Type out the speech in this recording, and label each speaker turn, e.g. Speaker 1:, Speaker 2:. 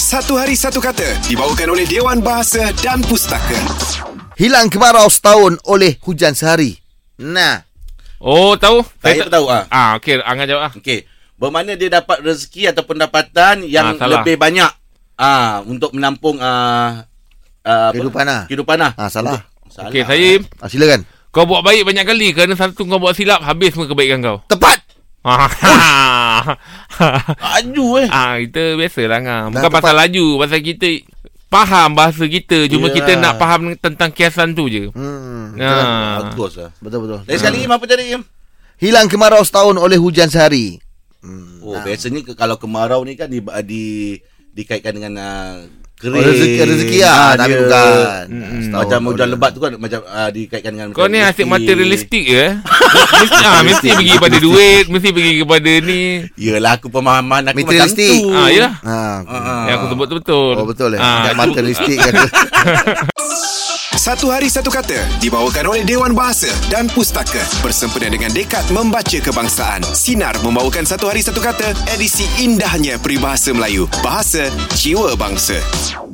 Speaker 1: Satu Hari Satu Kata dibawakan oleh Dewan Bahasa dan Pustaka.
Speaker 2: Hilang kemarau setahun oleh hujan sehari. Nah,
Speaker 3: Oh, tahu?
Speaker 4: Saya tak tahu ah.
Speaker 3: Ah, okey, Angah jawab ah.
Speaker 4: Okey. Bermakna dia dapat rezeki atau pendapatan yang
Speaker 3: Ah, salah.
Speaker 4: lebih banyak ah untuk menampung ah ah, apa?
Speaker 2: Kehidupan ah.
Speaker 4: Kehidupan ah.
Speaker 2: ah salah.
Speaker 4: Salah.
Speaker 3: Okey, saya
Speaker 2: Ah, silakan.
Speaker 3: kau buat baik banyak kali kerana satu kau buat silap habis semua kebaikan kau.
Speaker 2: Tepat.
Speaker 3: ah,
Speaker 4: Aju eh.
Speaker 3: kita biasalah Angah. Bukan
Speaker 2: Dah tepat.
Speaker 3: pasal laju, pasal kita faham bahasa kita.
Speaker 2: Ya.
Speaker 3: Cuma
Speaker 4: Yelah.
Speaker 3: kita nak faham tentang kiasan tu je.
Speaker 2: Hmm.
Speaker 3: Ah.
Speaker 4: Bagus ah.
Speaker 2: Betul betul.
Speaker 4: Dari sekali Im apa tadi
Speaker 2: Hmm.
Speaker 4: Im?
Speaker 2: Hilang kemarau setahun oleh hujan sehari.
Speaker 4: Oh, biasanya ke, kalau kemarau ni kan di, di dikaitkan dengan uh, kering.
Speaker 2: Oh, rezeki rezeki ah, tapi
Speaker 4: dia-
Speaker 2: bukan. Ah,
Speaker 3: Mm-mm.
Speaker 2: Setahun
Speaker 4: Macam hujan
Speaker 2: oleh-
Speaker 4: lebat tu kan macam uh, dikaitkan dengan
Speaker 3: Hmm. Kau
Speaker 4: macam
Speaker 3: ni asyik
Speaker 4: rezeki.
Speaker 3: materialistik je eh? mesti, ah, mesti pergi kepada duit Mesti pergi kepada ni
Speaker 4: Yelah aku pemahaman aku
Speaker 2: Materialistik.
Speaker 4: macam tu.
Speaker 3: Ah, yelah
Speaker 2: Ah,
Speaker 4: Ah.
Speaker 3: Yang aku sebut tu betul
Speaker 2: Oh betul eh.
Speaker 3: ah,
Speaker 2: Macam materialistik kata.
Speaker 1: Satu Hari Satu Kata dibawakan oleh Dewan Bahasa dan Pustaka bersempena dengan Dekat Membaca Kebangsaan. Sinar membawakan Satu Hari Satu Kata edisi indahnya peribahasa Melayu, bahasa jiwa bangsa.